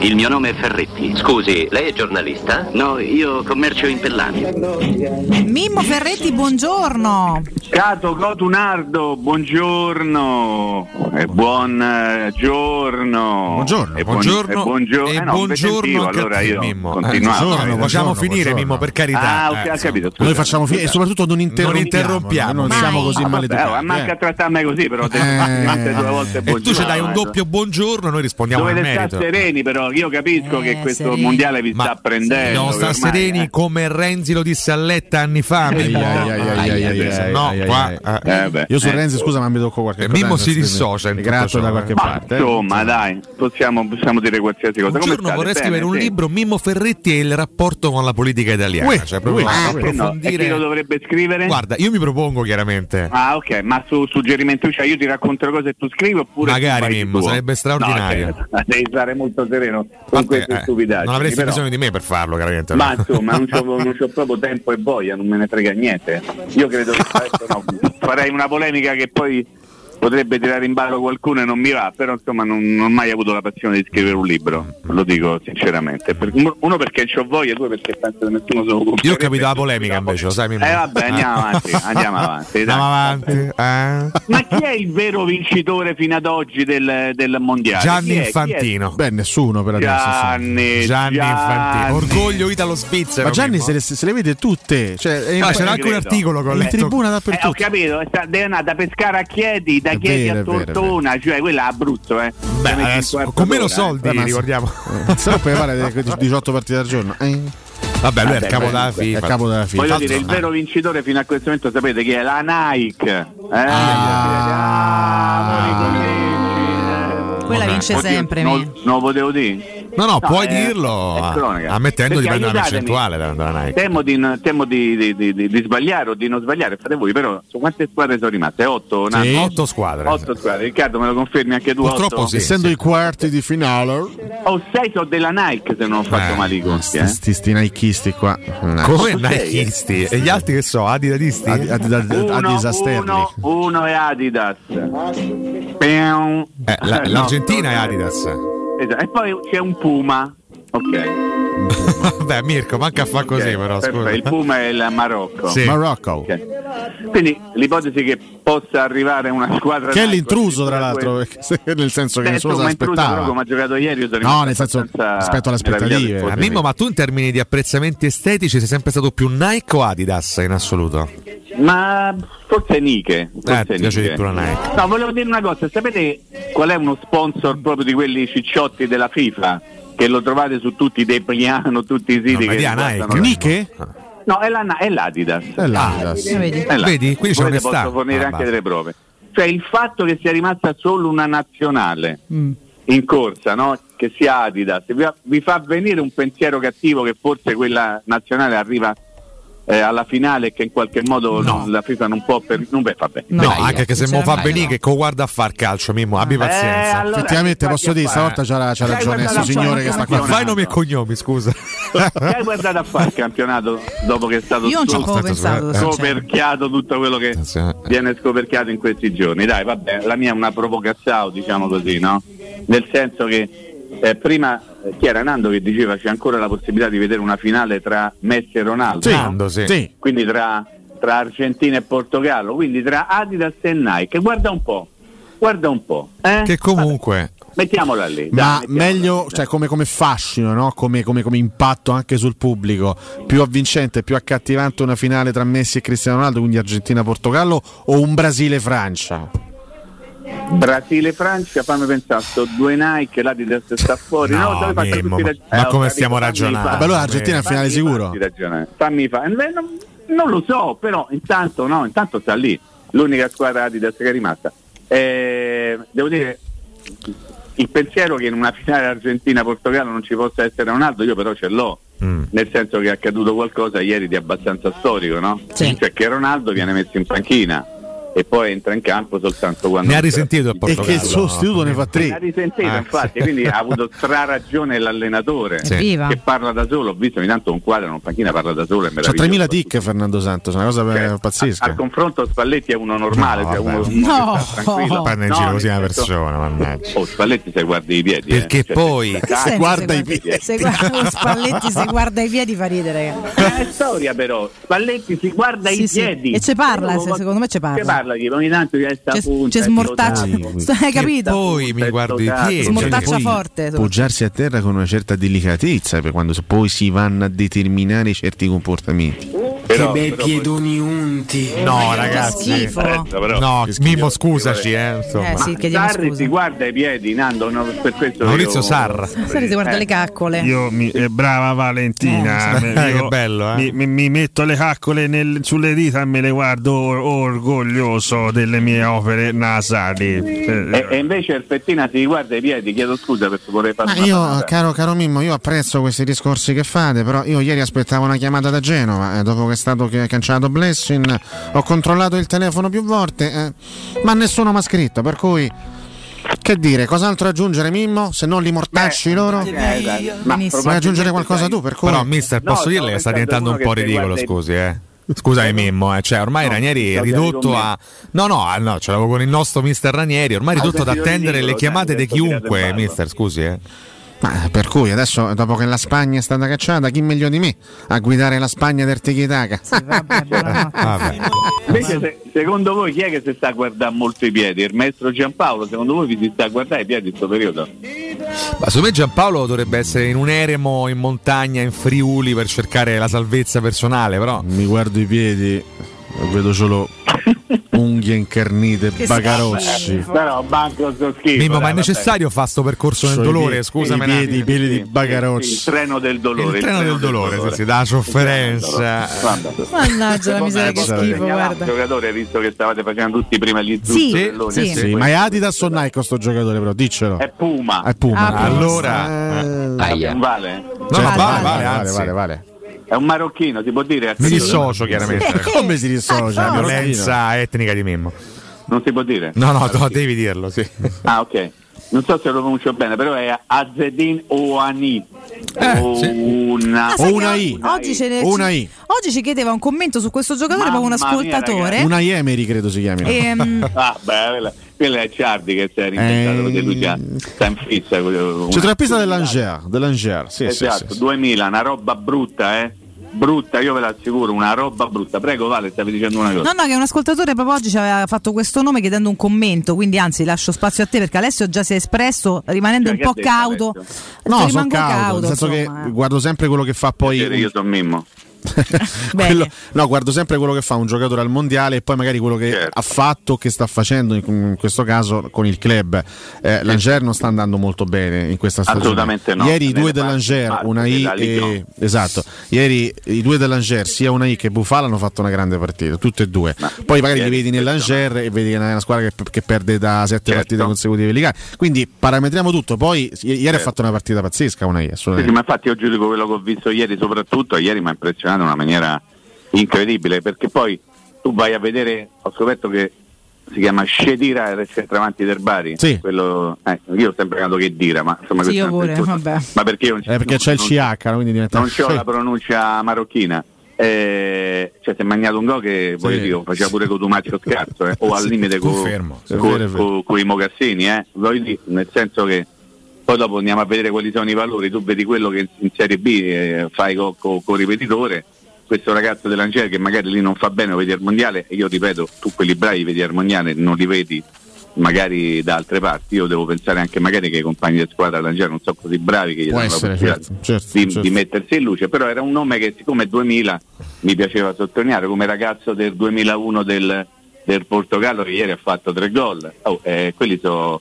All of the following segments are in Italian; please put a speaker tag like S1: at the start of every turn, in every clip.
S1: Il mio nome è Ferretti.
S2: Scusi, lei è giornalista?
S1: No, io commercio in Pellami.
S3: Mimmo Ferretti, buongiorno.
S4: Cato Cotunardo, buongiorno e buon eh, giorno.
S5: Buongiorno,
S4: e
S5: buongiorno
S4: e buongiorno,
S5: e
S4: eh no, mi
S5: buongiorno
S4: sentivo,
S5: anche a
S4: allora
S5: te,
S4: io
S5: Mimmo. Eh,
S4: continuavo.
S5: buongiorno,
S4: Eh,
S5: buongiorno.
S6: facciamo finire,
S5: buongiorno.
S6: Mimmo, per carità. Eh,
S4: Ah, ok, ho capito. scusa.
S5: Noi facciamo fi- e soprattutto non interrompiamo.
S6: interrompiamo, eh,
S5: non
S6: mai.
S5: siamo così
S4: Ah, vabbè, oh,
S5: maleducati.
S4: manca a
S5: eh.
S4: trattarmi così, però te- veramente due volte
S6: E Eh, tu ci dai un
S4: buongiorno, eh.
S6: doppio buongiorno, noi rispondiamo nel
S4: Dovete stare
S6: merito. Eh,
S4: sereni però, io capisco
S3: Eh,
S4: che questo
S3: sereni.
S4: mondiale vi sta prendendo.
S6: dobbiamo stare
S4: ormai,
S6: sereni
S4: eh.
S6: come Renzi lo disse a Letta anni fa. Mimmo.
S5: Ai, ai, ai, ai, ai, ai, ai,
S6: No,
S5: ai, ai,
S6: qua,
S5: ai.
S6: eh,
S4: Eh, beh,
S5: Io su
S4: eh.
S5: Renzi, scusa, ma mi tocco qualche
S6: E
S5: cosa.
S6: Eh, Mimmo si
S5: mi-
S6: dissocia in
S5: mi
S6: tutto
S5: Gratto
S6: ciò,
S5: da
S6: eh.
S5: qualche
S4: Ma
S5: parte. eh.
S4: insomma, dai, possiamo, possiamo dire qualsiasi cosa.
S6: Un
S4: Come
S6: giorno
S4: state?
S6: vorrei
S4: Bene,
S6: scrivere un
S4: sì.
S6: libro Mimmo Ferretti e il rapporto con la politica italiana.
S5: Uè,
S6: cioè, proprio
S5: uè,
S4: Ah, perché no?
S6: approfondire.
S4: E chi lo dovrebbe scrivere?
S6: Guarda, io mi propongo chiaramente.
S4: Ah, ok, ma su suggerimento, cioè io ti racconto le cose e tu scrivi oppure.
S6: Magari,
S4: tu fai il
S6: Mimmo,
S4: tuo?
S6: sarebbe straordinario.
S4: No, cioè, devi stare molto sereno con
S6: Vabbè,
S4: queste
S6: eh,
S4: stupidaggini.
S6: non avresti
S4: però-
S6: bisogno di me per farlo, chiaramente.
S4: Ma
S6: no?
S4: insomma, non c'ho, non c'ho proprio tempo e voglia, non me ne frega niente. Io credo che adesso no, farei una polemica che poi potrebbe tirare in ballo qualcuno e non mi va, però insomma non, non ho mai avuto la passione di scrivere un libro, lo dico sinceramente. Per- uno perché c'ho voglia, due perché penso che nessuno se lo comprerebbe.
S6: Io ho capito la polemica invece, lo sai Mimmo?
S4: Eh vabbè, andiamo avanti, andiamo avanti. dai.
S6: Andiamo avanti. eh?
S4: Ma chi è il vero vincitore fino ad oggi del, del mondiale? Chi
S6: Gianni
S4: è? Chi è?
S6: Infantino.
S5: Beh, nessuno per adesso. insomma.
S4: Gianni,
S6: Gianni Infantino. Orgoglio italo-svizzero.
S5: Ma Gianni
S6: Mimmo.
S5: se le, se le vede tutte. Cioè, è
S6: Ah,
S5: in-
S6: c'era
S4: non
S6: anche un
S4: credo.
S6: articolo con
S5: in tribuna
S4: Eh, ho
S5: dappertutto.
S4: capito, è sta- deve andare da pescare a Chieti, da
S5: È
S4: Chieti
S5: vero,
S4: a
S5: è vero, è vero.
S4: Tortona, cioè quella è Abruzzo, eh.
S6: Beh,
S4: Ci metti
S6: adesso,
S4: un quarto
S6: con meno
S4: d'ora, eh.
S6: soldi,
S5: Eh, ma-
S6: ricordiamo.
S5: Eh, Se no puoi fare le- 18 partite al giorno. Eh,
S6: Vabbè, lui è il capo
S5: beh,
S6: della
S5: è il
S6: FIFA.
S5: capo della
S4: Voglio
S5: FIFA.
S4: dire, il vero vincitore fino a questo momento sapete chi è? La Nike. Eh?
S5: Ah.
S4: Amori convinci, eh.
S3: Quella vince
S4: Oddio,
S3: sempre.
S4: Non,
S3: mi.
S4: non lo potevo dire.
S6: No, no, puoi
S4: è-
S6: dirlo.
S4: è cronaca.
S6: ah, ammettendo di
S4: Perché
S6: prendere la
S4: aiutatemi.
S6: percentuale della, della Nike.
S4: Ecco. Temo, di, temo di, di- di- di- di sbagliare o di non sbagliare, fate voi, però su quante squadre sono rimaste? Otto? Nanni?
S6: Sì.
S4: Otto
S6: Otto squadre.
S4: Otto squadre, Riccardo me lo confermi anche tu?
S6: Purtroppo
S4: otto?
S6: sì.
S5: eh, Essendo i quarti di finale,
S4: O sei sono della Nike se non ho fatto
S6: Eh,
S4: male i conti,
S5: sti,
S4: eh.
S5: sti, sti nikehisti qua. Eh,
S6: Come
S4: Otto, sei,
S6: Nikeisti? E gli altri che so, adidatisti?
S5: A, a, a, a, a disasterni.
S4: uno, uno è Adidas. Piam.
S6: Eh, la-
S4: Eh, no,
S6: L'Argentina
S4: no,
S6: è Adidas.
S4: esatto. E poi c'è un Puma. Ok.
S6: Vabbè, Mirko, manca a fa così,
S4: ok,
S6: però.
S4: perfetto. Il
S6: Scusa.
S4: Puma è il Marocco.
S6: Sì.
S5: Marocco.
S4: Ok. Quindi l'ipotesi che possa arrivare una squadra
S5: Che è
S4: Nike,
S5: l'intruso, tra
S4: addirittura
S5: l'altro,
S4: due-
S5: perché se- nel senso che
S4: Beh,
S5: nessuno se
S4: insomma, intruso, però,
S5: l'aspettava.
S4: come ha giocato ieri, io sono
S5: No,
S4: rimasto
S5: nel senso,
S4: abbastanza
S5: rispetto alle aspettative.
S4: meravigliato.
S6: Ah, Mimmo, ma tu in termini di apprezzamenti estetici sei sempre stato più Nike o Adidas in assoluto?
S4: Ma forse Nike. Forse
S6: Eh, ti piace di più la Nike.
S4: No, volevo dire una cosa, sapete qual è uno sponsor proprio di quelli cicciotti della FIFA? Che lo trovate su tutti i Depliano, tutti i siti.
S6: No, ma
S4: che
S6: di
S4: riguardano-
S6: Nike.
S5: Nike?
S4: No, è, la- è l'Adidas.
S5: E l'Adidas.
S3: Eh, vedi?
S4: È l'Adidas.
S6: Vedi, quindi c'è
S4: Volete,
S6: onestà.
S4: posso fornire
S6: Ah,
S4: anche
S6: basta.
S4: delle prove. Cioè il fatto che sia rimasta solo una nazionale
S6: Mm.
S4: in corsa, no? che sia Adidas, vi, vi fa venire un pensiero cattivo che forse quella nazionale arriva eh, alla finale e che in qualche modo
S6: No.
S4: la FIFA non può... Per... Non beh, vabbè.
S6: No,
S3: No,
S6: anche che se mo fa
S3: sinceramente
S6: benì che co guarda a far calcio, Mimmo, abbi
S4: Eh,
S6: pazienza.
S4: allora,
S5: Effettivamente
S4: infatti,
S5: posso dire, stavolta
S4: guarda,
S5: c'ha, c'ha
S4: Dai,
S5: ragione
S4: guarda
S5: questo
S4: la
S5: signore
S4: zona,
S5: che sta
S4: guarda
S5: qua.
S4: la
S6: Fai
S4: campionato.
S6: nomi e cognomi, scusa. Eh?
S4: Che hai guardato a fare il campionato dopo che è stato
S3: Io non Cioè, ci
S4: solo
S3: avevo
S6: aspetta,
S3: pensato.
S6: aspetta.
S3: sinceramente.
S4: scoperchiato tutto quello che viene scoperchiato in questi giorni? Dai, vabbè, la mia è una provocazione, diciamo così, no? Nel senso che eh, prima eh, chi era Nando che diceva c'è ancora la possibilità di vedere una finale tra Messi e Ronaldo,
S5: Sì,
S6: Nando, sì.
S5: sì.
S4: quindi tra, tra Argentina e Portogallo, quindi tra Adidas e Nike. Guarda un po', guarda un po', eh?
S6: Che comunque.
S4: mettiamola lì. dai,
S5: Ma
S4: mettiamola
S5: meglio,
S4: lì.
S5: cioè, come, come fascino, no? come, come- come impatto anche sul pubblico, più avvincente, più accattivante una finale tra Messi e Cristiano Ronaldo, quindi Argentina-Portogallo o un Brasile-Francia?
S4: Brasile-Francia, fammi pensare, sto due Nike, l'Adidas sta fuori.
S6: No,
S4: No, dove faccio
S6: Mimmo,
S4: tutti i
S6: ma-
S4: rag-
S6: ma
S4: ho
S6: come
S4: capito,
S6: stiamo
S4: fammi
S6: ragionando?
S4: fare- Eh.
S5: Vabbè, allora Argentina è finale
S4: fammi
S5: sicuro.
S4: farti ragionare, Fammi fare. Eh, Non, non lo so, però intanto no, intanto sta lì. L'unica squadra Adidas che è rimasta. Eh, devo dire, il pensiero che in una finale Argentina-Portogallo non ci possa essere Ronaldo, io però ce l'ho.
S6: Mm.
S4: Nel senso che è accaduto qualcosa ieri di abbastanza storico, no?
S3: Sì.
S4: Cioè che Ronaldo viene messo in panchina e poi entra in campo soltanto quando...
S6: Ne ha
S4: non c'è la
S6: risentito a
S7: E
S6: Portogallo.
S7: che il sostituto ne fa
S4: Ha
S7: tre.
S4: risentito,
S6: Ah,
S4: infatti,
S6: sì.
S4: quindi ha avuto stra ragione l'allenatore
S6: Sì.
S3: Evviva.
S4: che parla da solo. Ho visto ogni tanto un quadro, una panchina parla da solo. è
S7: C'ha
S4: meraviglioso.
S7: 3000 tic Fernando Santos, una cosa
S4: Cioè,
S7: eh,
S4: a- Al
S7: pazzesca.
S4: confronto Spalletti è uno normale,
S6: No,
S4: cioè uno,
S6: vabbè.
S4: uno che sta
S3: No.
S4: tranquillo.
S6: Parla in
S4: No,
S6: giro
S4: nel
S6: così una
S4: senso-
S6: persona, mannaggia.
S4: Oh, Spalletti se guardi i piedi. eh.
S6: Perché
S4: Cioè,
S6: poi-
S4: dai,
S3: Che senso
S7: guarda
S3: se
S7: i piedi.
S3: Se guarda lo Spalletti, se guarda i piedi fa ridere.
S4: È una storia però, Spalletti si guarda
S3: Sì,
S4: i
S3: sì.
S4: piedi.
S3: E ce parla, se- secondo me ce parla.
S4: Ce parla, che ogni tanto gli resta
S3: C'è,
S4: punta. eh, "Oh,
S3: c'è
S4: e
S3: smortaccia.
S4: lo dai.
S7: dai.
S3: Hai Eh, capito?
S6: Poi mi guardi i piedi.
S3: Smortaccia
S7: Poi
S3: forte, soprattutto.
S7: Poggiarsi a terra con una certa delicatezza per quando s- poi si vanno a determinare certi comportamenti.
S4: Però-
S8: che bei
S4: però-
S8: piedoni unti.
S6: No,
S3: Che
S6: ragazzi.
S3: schifo.
S4: Adesso, eh, però-
S6: No,
S7: Che schifo.
S6: Mimmo, scusaci, eh.
S3: Eh,
S6: Insomma.
S3: sì, chiediamo
S4: Sarri si
S3: scusa.
S4: guarda i piedi, Nando, no, per questo
S6: Maurizio
S4: io-
S6: Sarra.
S3: Sarri si guarda
S4: Eh,
S3: le caccole.
S9: Io mi, eh, brava Valentina,
S6: Eh,
S9: me-
S6: che
S9: io
S6: bello, eh.
S9: mi, mi- mi metto le caccole nel- sulle dita e me le guardo or- orgoglioso delle mie opere nasali. Eh,
S4: E, e invece il Fettina si guarda i piedi, chiedo scusa perché vorrei fare
S7: Ma
S4: una
S7: io,
S4: battuta.
S7: caro, caro Mimmo, io apprezzo questi discorsi che fate, però io ieri aspettavo una chiamata da Genova, eh, dopo che è stato che- cancellato Blessing, ho controllato il telefono più volte, eh, ma nessuno mi ha scritto, per cui... Che dire, cos'altro aggiungere Mimmo? Se non li mortacci loro? Vuoi
S4: Eh, dai, ma
S3: Benissimo.
S4: probabilmente
S7: aggiungere qualcosa
S4: sai-
S7: tu? Per cui...
S6: Però, mister, posso
S4: No,
S6: dirle che
S4: stavo
S6: sta
S4: pensando
S6: diventando
S4: uno
S6: un po'
S4: che se
S6: ridicolo,
S4: guarda i-
S6: scusi, eh. Scusami Mimmo, eh, cioè ormai
S4: No,
S6: Ranieri è
S4: sto
S6: ridotto
S4: con me.
S6: a... No, no, ah, no, ce l'avevo con il nostro mister Ranieri, ormai è
S4: Ah,
S6: ridotto ad
S4: senti, io
S6: attendere
S4: ridicolo,
S6: le chiamate
S4: dai,
S6: di
S4: adesso tirato in
S6: chiunque,
S4: ballo.
S6: mister, scusi, eh.
S7: Ma, per cui adesso, dopo che la Spagna è stata cacciata, chi meglio di me a guidare la Spagna del Tichitaca?
S3: Sì, vabbè, buonanotte.
S6: Vabbè.
S4: Invece, se- secondo voi chi è che si sta a guardare molto i piedi? Il maestro Giampaolo, secondo voi vi si sta a guardare i piedi in questo periodo?
S6: Ma secondo me Giampaolo dovrebbe essere in un eremo in montagna, in Friuli, per cercare la salvezza personale, però...
S7: Mi guardo i piedi e vedo solo unghie incarnite,
S3: Che
S7: bagarossi.
S3: schifo.
S4: Però banco sto schifo.
S6: Mimmo, ma
S4: dai, vabbè.
S6: è necessario fare sto percorso nel
S7: Sono i
S6: dolore,
S7: piedi-
S6: scusami.
S7: I piedi, i
S6: Nani.
S7: piedi di
S4: Il
S7: bagarossi.
S4: treno del dolore.
S6: Il treno del dolore, sì, sì, dalla sofferenza.
S3: Mannaggia la miseria, che
S7: Vabbè,
S3: schifo,
S4: Il
S3: guarda.
S4: giocatore, visto che stavate facendo tutti prima gli
S3: Sì,
S4: zucchi, pelloni,
S3: sì.
S4: e
S7: Sì,
S4: poi-
S7: ma è Adidas o Nike sto giocatore però, diccelo.
S4: È Puma.
S7: È Puma.
S3: Ah,
S6: Allora-
S7: Eh,
S10: Aia.
S4: Non vale?
S6: No, no, vale,
S7: cioè, vale,
S6: vale,
S7: vale,
S6: anzi.
S7: vale, vale.
S4: È un marocchino, si può dire?
S6: Mi dissocio
S7: Ma
S6: chiaramente.
S7: Come si dissocia?
S3: Ah,
S6: La
S3: no.
S7: Marocchino?
S6: violenza etnica di Mimmo.
S4: Non si può dire?
S6: No, no, no, devi dirlo, Ah, sì.
S4: Ah, ok. Non so se lo pronuncio bene, però è Azedin Oani.
S6: Eh,
S4: O
S6: sì.
S4: una...
S3: Ah, sai
S7: O una
S3: che
S7: I.
S3: Oggi, ce ne-
S7: Una
S3: ci-
S7: I.
S3: oggi ci chiedeva un commento su questo giocatore, ma
S4: Mamma
S3: un
S4: mia,
S3: ascoltatore.
S7: Una Iemeri credo si chiamino.
S3: Ehm,
S4: Ah, beh, quella, quella è Ciardi che si è reinventato,
S7: Ehm.
S4: perché lui già sta in fissa. quello-
S7: C'è
S4: una-
S7: la pista dell'Angers, dell'Angers, sì, sì,
S4: Esatto,
S7: sì, sì.
S4: 2000, una roba brutta, eh. Brutta, io ve l'assicuro, una roba brutta. Prego, Vale, stavi dicendo una cosa.
S3: no, no, che un ascoltatore proprio oggi ci aveva fatto questo nome chiedendo un commento, quindi anzi lascio spazio a te perché Alessio già si è espresso rimanendo
S4: Cioè,
S3: un po'
S4: che ha detto
S3: cauto.
S4: Alessio?
S7: No, sono
S3: rimango
S7: cauto, nel senso
S3: insomma.
S7: che guardo sempre quello che fa poi
S4: Io sono Mimmo.
S3: Bene.
S7: quello- no, guardo sempre quello che fa un giocatore al mondiale e poi magari quello che
S4: Certo.
S7: ha fatto, che sta facendo in, in questo caso con il club. Eh, L'Angers non sta andando molto bene in questa stagione.
S4: Assolutamente no.
S7: Ieri i due
S4: Nelle
S7: dell'Angers,
S4: parti
S7: una I
S4: della Ligue
S7: e, esatto. Ieri i due dell'Angers, sia una I che Bufala hanno fatto una grande partita, tutte e due. poi magari li
S4: ieri
S7: vedi nell'Angers e vedi che è una squadra che, che perde da
S4: Certo.
S7: sette partite consecutive legate. Quindi parametriamo tutto, poi i- ieri ha fatto una partita pazzesca una
S4: Certo. Sì,
S7: I,
S4: sì,
S7: assolutamente.
S4: ma infatti io giudico quello che ho visto ieri soprattutto, ieri mi ha impressionato in una maniera incredibile, perché poi tu vai a vedere, ho scoperto che si chiama Shedira era il centravanti del Bari,
S7: Sì.
S4: quello, eh, io ho sempre creato che Dira, ma insomma
S3: Sì,
S4: questo
S3: io
S4: è un
S3: pure,
S4: discorso.
S3: vabbè.
S4: Ma perché io non,
S7: Eh, perché
S4: non-
S7: c'è il
S4: non-
S7: CH, quindi diventa
S4: non c'ho la pronuncia marocchina. Eh, cioè si è mangiato un go che voglio dire, lo faceva pure con Tumaccio scarso eh, o al
S6: Sì,
S4: limite con
S6: confermo, sì,
S7: è vero, è vero.
S4: i mocassini eh. voglio dire, nel senso che poi dopo andiamo a vedere quali sono i valori tu vedi quello che in Serie B eh, fai con il ripetitore questo ragazzo dell'Angel che magari lì non fa bene lo vedi al mondiale e io ripeto tu quelli bravi li vedi al mondiale non li vedi magari da altre parti io devo pensare anche magari che i compagni di squadra dell'Angel non sono così bravi che gli
S7: Può
S4: danno la
S7: essere,
S4: possibilità
S7: certo, certo,
S4: di,
S7: certo.
S4: di mettersi in luce, però era un nome che siccome è 2000 mi piaceva sottolineare come ragazzo del 2001 del, del Portogallo che ieri ha fatto tre gol, Oh, eh, quelli sono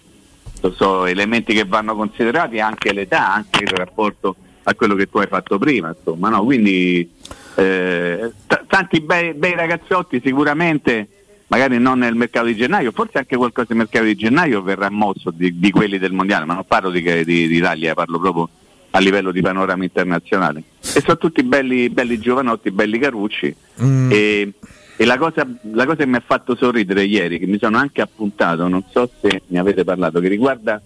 S4: elementi che vanno considerati anche l'età, anche il rapporto a quello che tu hai fatto prima, insomma, no? quindi eh, t- tanti bei, bei ragazzotti sicuramente magari non nel mercato di gennaio, forse anche qualcosa nel mercato di gennaio verrà mosso di, di quelli del mondiale, ma non parlo di, che- di- di Italia, parlo proprio a livello di panorama internazionale. E sono tutti belli, belli giovanotti, belli carucci. E, E la cosa, la cosa che mi ha fatto sorridere ieri, che mi sono anche appuntato, non so se ne avete parlato, che riguarda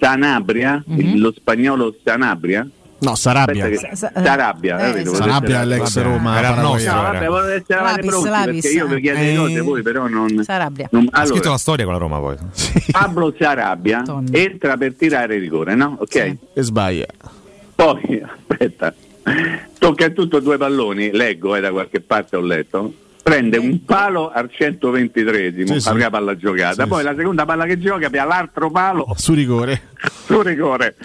S4: Sanabria, il- lo spagnolo Sanabria.
S7: No, Sarabia.
S4: Aspetta che- Sarabia,
S3: eh,
S4: capito?
S7: Sarabia è l'ex
S6: Vabbè,
S7: Roma.
S6: era
S7: Paraguay.
S6: nostro.
S4: No, vabbè, volevo essere
S3: Lapis,
S4: pronti,
S3: lapis.
S4: perché io vi chiedo le cose,
S7: Eh.
S4: voi però non...
S3: Sarabia.
S4: non-
S6: Ha scritto
S4: allora,
S6: la storia con la Roma poi.
S4: Pablo Sarabia
S3: Madonna.
S4: entra per tirare rigore, no? Ok?
S3: Sì.
S7: E sbaglia.
S4: Poi, aspetta, tocca in tutto due palloni, leggo eh, da qualche parte ho letto, prende un palo al 123esimo,
S7: Sì, sì.
S4: la prima palla giocata,
S7: Sì,
S4: poi
S7: sì. Oh.
S4: la seconda palla che gioca per l'altro palo
S7: Su rigore.
S4: su rigore.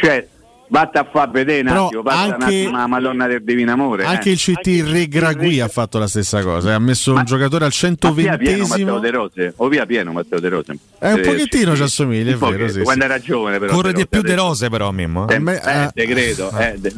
S4: Cioè, vatta a far vedere un
S7: Però
S4: attimo, passa un
S7: anche-
S4: attimo la Madonna del Divino Amore.
S7: Anche
S4: eh.
S7: il CT Regragui ha fatto la stessa cosa. eh. Ha messo un giocatore al
S4: Ma Ah, via pieno
S7: 120esimo.
S4: Matteo De Rose, o via pieno Matteo De Rose.
S7: Eh, un
S4: Eh,
S7: pochettino
S4: sì.
S7: ci assomiglia, è
S4: Un
S7: vero,
S4: pochetto,
S7: sì, sì.
S4: Quando era giovane però.
S6: Corre di
S4: Rose,
S6: più De
S4: adesso-
S6: Rose però, Mimmo. eh.
S4: Eh,
S7: A me-
S4: eh,
S7: eh.
S4: te credo, eh, de-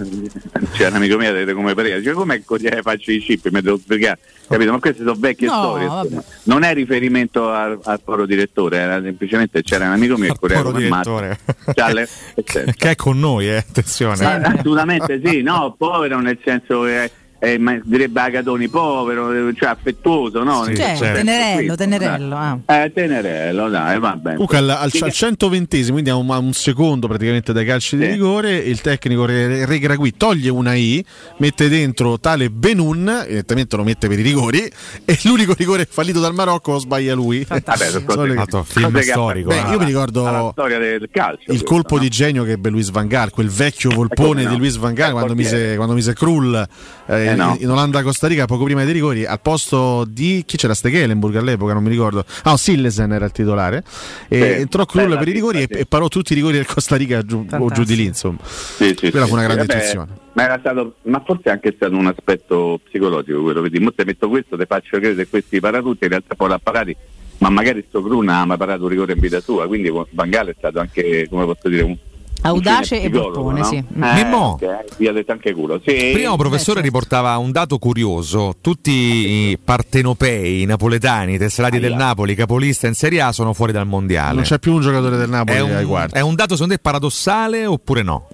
S4: c'è un amico mio che come pareva, cioè come faccio i chip, mi devo spiegare, capito? Ma queste sono vecchie
S3: No,
S4: storie,
S3: vabbè.
S4: insomma. non è riferimento al, al poro direttore, era semplicemente c'era un amico mio che
S6: Al
S4: correva
S6: poro
S4: come
S6: direttore.
S4: ammazza. C'ha le- eccetera.
S6: Che è con noi, eh. Attenzione.
S3: Sì.
S4: Ah, Assolutamente
S7: eh,
S4: sì, no, povero nel senso che eh, ma direbbe Agatoni povero, eh, cioè affettuoso, no?
S6: Sì,
S4: Nel
S3: Cioè,
S4: senso
S6: certo.
S3: Tenerello,
S4: questo,
S3: Tenerello.
S4: dai.
S3: ah.
S4: Eh, tenerello, dai, va bene.
S7: Comunque al, al, al 120esimo, quindi a un, a un secondo praticamente dai calci di
S4: Sì.
S7: rigore, il tecnico Re- Regragui toglie una I, mette dentro tale Benun, evidentemente lo mette per i rigori, e l'unico rigore fallito dal Marocco lo sbaglia lui.
S3: Fantastico.
S4: Vabbè, per
S7: Solo che-
S6: Fatto film
S4: Cose che-
S6: storico.
S7: Beh,
S6: eh.
S7: io mi ricordo
S4: Alla storia del calcio.
S7: il
S4: questo,
S7: colpo
S4: no? Eh,
S7: di genio che ebbe Luis Van Gaal, quel vecchio
S4: come
S7: volpone
S4: no?
S7: di Luis Van Gaal
S4: Eh,
S7: quando,
S4: portiere.
S7: mise, quando mise Krull eh,
S4: Eh, no.
S7: in Olanda-Costa Rica poco prima dei rigori al posto di chi c'era Stekelenburg all'epoca non mi ricordo, ah Sillesen era il titolare e
S4: Sì,
S7: entrò Krull
S4: bella
S7: per i rigori
S4: pista,
S7: e,
S4: sì.
S7: e parò tutti i rigori del Costa Rica giù, o giù di lì insomma
S4: Sì, sì,
S7: Quella
S4: sì,
S7: fu una
S4: sì,
S7: grande
S4: vabbè,
S7: intuizione.
S4: Ma, era stato, ma forse è anche stato un aspetto psicologico quello, vedi, mo te metto questo, ti faccio credere che questi paraduti in realtà poi l'ha parati, ma magari sto Cruna ha mai parato un rigore in vita sua, quindi Bangala è stato anche, come posso dire, un...
S3: Audace
S4: un
S3: e
S4: psicologo,
S3: volpone,
S4: no?
S3: sì.
S4: Eh,
S6: Mimmo.
S4: ok, Vi ha detto anche culo. Sì.
S6: Prima un
S3: certo.
S6: professore riportava un dato curioso: tutti i partenopei, i napoletani, i tesserati del Napoli, capolista in Serie A, sono fuori dal mondiale.
S7: non c'è più un giocatore del Napoli
S6: è,
S7: ai
S6: un,
S4: Eh,
S7: quarti
S6: è un dato secondo te paradossale oppure no?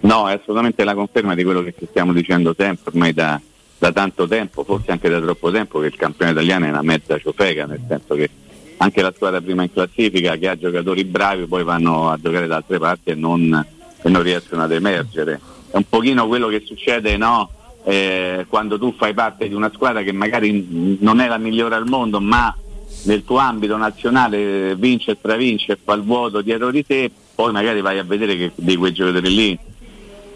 S4: No, è assolutamente la conferma di quello che ci stiamo dicendo sempre, ormai da, da tanto tempo, forse anche da troppo tempo, che il campione italiano è una mezza ciofeca, nel senso che anche la squadra prima in classifica che ha giocatori bravi poi vanno a giocare da altre parti e non, e non riescono ad emergere. È un pochino quello che succede no? Eh, quando tu fai parte di una squadra che magari non è la migliore al mondo, ma nel tuo ambito nazionale eh, vince e stravince e fa il vuoto dietro di te, poi magari vai a vedere che di quei giocatori lì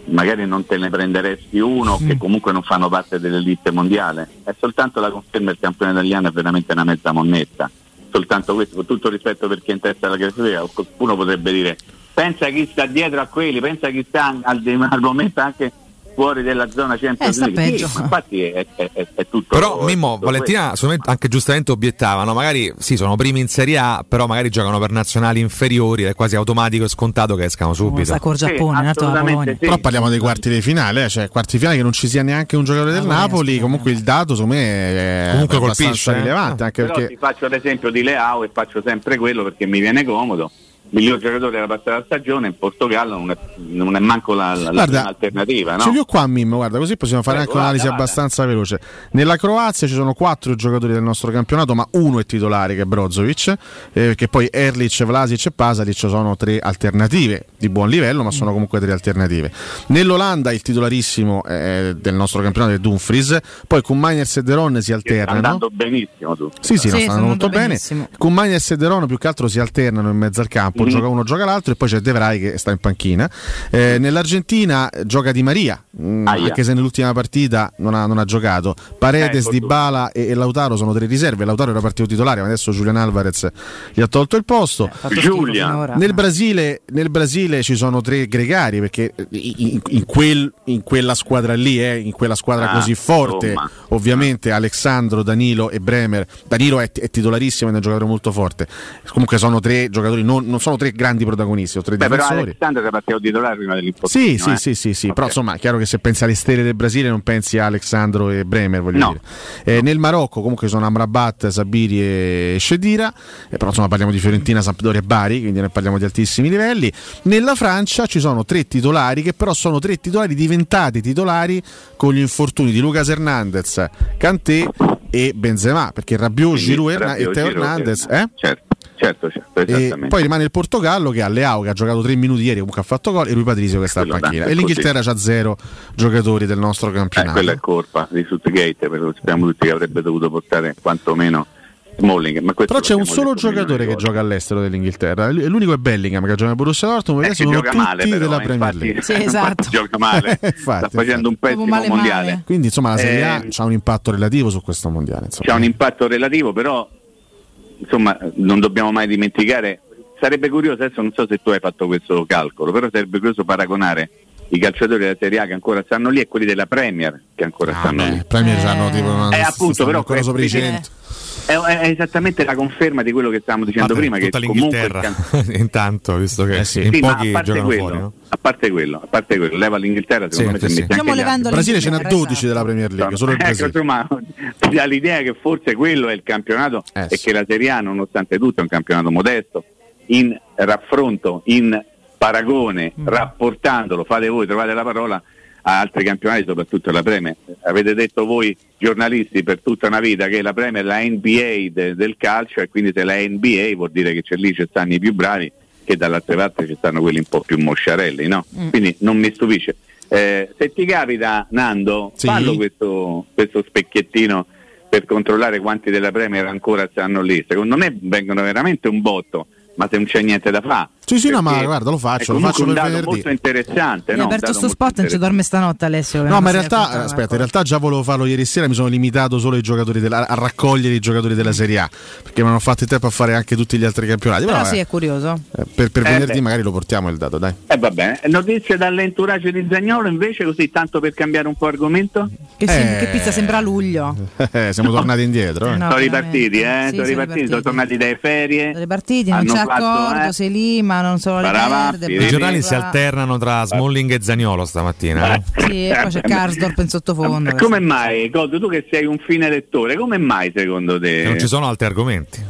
S4: magari non te ne prenderesti uno che
S3: Mm.
S4: comunque non fanno parte dell'elite mondiale. È soltanto la conferma del campione italiano è veramente una mezza monnetta. Soltanto questo, con tutto rispetto per chi è in testa alla classifica, qualcuno potrebbe dire pensa chi sta dietro a quelli, pensa chi sta an- al, al momento anche fuori della zona
S3: Eh,
S4: Champions
S3: sta
S4: League. Sì,
S3: peggio.
S4: ma infatti è, è- è- è tutto.
S6: Però,
S4: è
S6: Mimmo,
S4: tutto
S6: Valentina sicuramente anche giustamente obiettava: no? magari sì, sono primi in Serie A, però magari giocano per nazionali inferiori. Ed è quasi automatico e scontato che escano
S3: Oh,
S6: subito.
S3: sta col
S4: questo. Sì,
S3: Giappone, un attimo la
S4: assolutamente
S3: Polonia.
S4: sì.
S7: Però parliamo dei quarti di finale, eh, cioè quarti di finale che non ci sia neanche un giocatore del
S3: Ah, vabbè,
S7: Napoli,
S3: aspetta.
S7: comunque il dato secondo me è
S6: Comunque
S7: abbastanza
S6: colpisce, eh.
S7: rilevante, anche
S4: Però
S7: perché
S4: ti faccio l'esempio di Leao e faccio sempre quello perché mi viene comodo. Miglior giocatore della passata stagione in Portogallo non è, non è manco la, la- la prima alternativa, no? Eh,
S7: Ce li ho qua, Mimmo. Guarda, così possiamo fare
S4: Prego,
S7: anche un'analisi
S4: vada, vada.
S7: abbastanza veloce. Nella Croazia ci sono quattro giocatori del nostro campionato, ma uno è titolare che è Brozovic, eh, che poi Erlic, Vlasic e Pasalic sono tre alternative di buon livello, ma sono comunque tre alternative. Nell'Olanda il titolarissimo eh, del nostro campionato è Dumfries, poi con Miners e Deron si
S4: Che sta
S7: alternano.
S4: andando benissimo tu.
S7: Sì, sì, no,
S3: Sì,
S7: stanno
S3: stanno
S7: molto
S3: andando
S7: bene.
S3: benissimo.
S7: Con Magnes e Derono più che altro si alternano in mezzo al campo,
S4: Mm-hmm.
S7: gioca uno, gioca l'altro e poi c'è De Vrij che sta in panchina. Eh, Nell'Argentina eh, gioca Di Maria, mm,
S4: Aia.
S7: anche se nell'ultima partita non ha, non ha giocato. Paredes,
S4: Ecco tu.
S7: Di Bala e, e Lautaro sono tre riserve. Lautaro era partito titolare, ma adesso Julian Alvarez gli ha tolto il posto.
S4: Eh.
S3: Ha fatto schifo
S4: Giulia,
S3: finora.
S7: Nel Brasile, nel Brasile ci sono tre gregari perché in, in quel- in quella squadra lì, eh, in quella squadra
S4: Ah,
S7: così forte,
S4: insomma.
S7: ovviamente Alessandro, Danilo e Bremer. Danilo è, è titolarissimo ed è un giocatore molto forte. Comunque sono tre giocatori, non, non sono tre grandi protagonisti, sono tre
S4: Beh, però
S7: difensori.
S4: Alessandro era partito titolare prima eh. dell'importante.
S7: Sì, sì, sì, sì, sì. però insomma è chiaro che se pensi alle stelle del Brasile non pensi a Alexandro e Bremer, voglio
S4: No.
S7: dire. Eh, Nel Marocco comunque sono Amrabat, Sabiri e Shedira, eh, però insomma parliamo di Fiorentina, Sampdoria e Bari, quindi ne parliamo di altissimi livelli. Nella Francia ci sono tre titolari che però sono tre titolari diventati titolari con gli infortuni di Lucas Hernandez, Kanté e Benzema, perché Rabiot,
S4: Quindi,
S7: Giroud Erna-
S4: Rabiot,
S7: e Teo
S4: Giroud,
S7: Hernandez.
S4: Erna-
S7: eh?
S4: Certo, certo, certo,
S7: E
S4: esattamente.
S7: poi rimane il Portogallo che ha Leao che ha giocato 3 minuti ieri, comunque ha fatto gol, e lui Patrizio che sta in
S4: Quello
S7: panchina.
S4: dai,
S7: E
S4: così.
S7: l'Inghilterra c'ha zero giocatori del nostro
S4: Eh,
S7: campionato.
S4: quella è colpa di Sutgate, perché lo sappiamo tutti che avrebbe dovuto portare quantomeno Smalling. Ma questo
S7: Però c'è
S4: lo
S7: un
S4: abbiamo
S7: solo
S4: detto milioni
S7: giocatore
S4: di
S7: che
S4: volte.
S7: gioca all'estero dell'Inghilterra, l- l'unico è Bellingham che gioca nel Borussia Dortmund,
S4: Eh,
S7: perché
S4: che
S7: sono
S4: gioca
S7: tutti
S4: male, però,
S7: della
S4: eh,
S7: Premier
S4: infatti-
S7: League.
S3: Sì, esatto.
S4: infatti gioca male,
S7: Eh, infatti,
S4: sta facendo un
S3: Proprio
S4: pessimo
S3: male,
S4: mondiale.
S3: male.
S7: Quindi insomma la Serie A
S4: Eh,
S7: ha un impatto relativo su questo mondiale. Insomma. Eh,
S4: C'è un impatto relativo, però insomma non dobbiamo mai dimenticare. Sarebbe curioso, adesso non so se tu hai fatto questo calcolo, però sarebbe curioso paragonare i calciatori della Serie A che ancora stanno lì e quelli della Premier che ancora
S6: Ah,
S4: stanno lì.
S7: Eh, Premier hanno tipo una,
S4: Eh, appunto,
S7: stanno
S4: però
S7: ancora sopra i
S4: questi-
S7: 100.
S4: È, è- è esattamente la conferma di quello che stavamo dicendo
S6: Vabbè,
S4: prima, che
S6: tutta
S4: comunque il
S6: l'Inghilterra,
S4: can-
S6: intanto, visto che
S7: Eh sì.
S6: in
S4: Sì, ma
S6: pochi
S4: a parte,
S6: giocano
S4: quello,
S6: fuori. No?
S4: a parte quello, a parte quello, leva l'Inghilterra secondo
S6: Sì,
S4: me se
S6: sì, sì.
S4: metti anche
S3: Stiamo
S4: gli
S7: Il
S3: levando
S7: Brasile ce n'ha
S3: l'Inghilterra,
S7: 12 della
S3: esatto.
S7: Premier League, solo il
S4: Eh,
S7: Brasile.
S4: insomma, ti dà l'idea che forse quello è il campionato
S7: Eh,
S4: e
S7: sì.
S4: che la Serie A, nonostante tutto, è un campionato modesto, in raffronto, in paragone,
S7: Mm.
S4: rapportandolo, fate voi, trovate la parola a altri campionati, soprattutto la Premier. Avete detto voi giornalisti per tutta una vita che la Premier è la NBA de- del calcio e quindi se la NBA vuol dire che c'è lì ci stanno i più bravi che dall'altra parte ci stanno quelli un po' più mosciarelli, no?
S7: Mm.
S4: Quindi non mi stupisce. Eh, se ti capita, Nando,
S7: Sì.
S4: fallo questo, questo specchiettino per controllare quanti della Premier ancora stanno lì. Secondo me vengono veramente un botto, ma se non c'è niente da fare.
S7: Sì, sì, no, ma
S4: perché
S7: guarda, lo faccio,
S4: è
S7: lo faccio
S4: comunque un
S7: per
S4: dato
S7: venerdì.
S4: molto interessante.
S3: Io
S4: no?
S3: ho
S4: Un
S3: aperto
S4: dato
S3: sto
S4: molto
S3: spot e non ci
S4: interessante.
S3: dorme stanotte Alessio. che
S7: No,
S3: non
S7: ma in
S3: si
S7: realtà, eh,
S3: racconta
S7: aspetta, in
S3: qualcosa.
S7: realtà già volevo farlo ieri sera, mi sono limitato solo ai giocatori della, a raccogliere i giocatori della Serie A, perché non ho fatto il tempo a fare anche tutti gli altri campionati. Però,
S3: Però sì,
S7: eh,
S3: è curioso.
S7: eh, per, per
S4: Eh,
S7: venerdì
S4: beh.
S7: magari lo portiamo il dato, dai.
S4: Eh, va bene. Notizie dall'entourage di Zagnolo invece, così tanto per cambiare un po' argomento?
S3: Che, sem-
S7: Eh.
S3: che pizza sembra luglio.
S7: Eh, Siamo tornati indietro. eh.
S3: No,
S4: sono
S3: veramente.
S4: ripartiti, eh?
S3: Sì,
S4: sono ripartiti, sono tornati dalle ferie.
S3: Sono ripartiti, non
S4: Hanno
S3: c'è
S4: fatto,
S3: accordo,
S4: eh,
S3: si lima, non sono le
S4: Baravanti,
S3: verde.
S4: eh.
S3: bla
S6: I
S3: bla
S6: giornali
S3: bla.
S6: si alternano tra Smalling e Zaniolo stamattina. eh.
S3: Sì, e poi c'è Karsdorp in sottofondo.
S4: Come mai, Godo, tu che sei un fine lettore, come mai secondo te?
S6: E Non ci sono altri argomenti.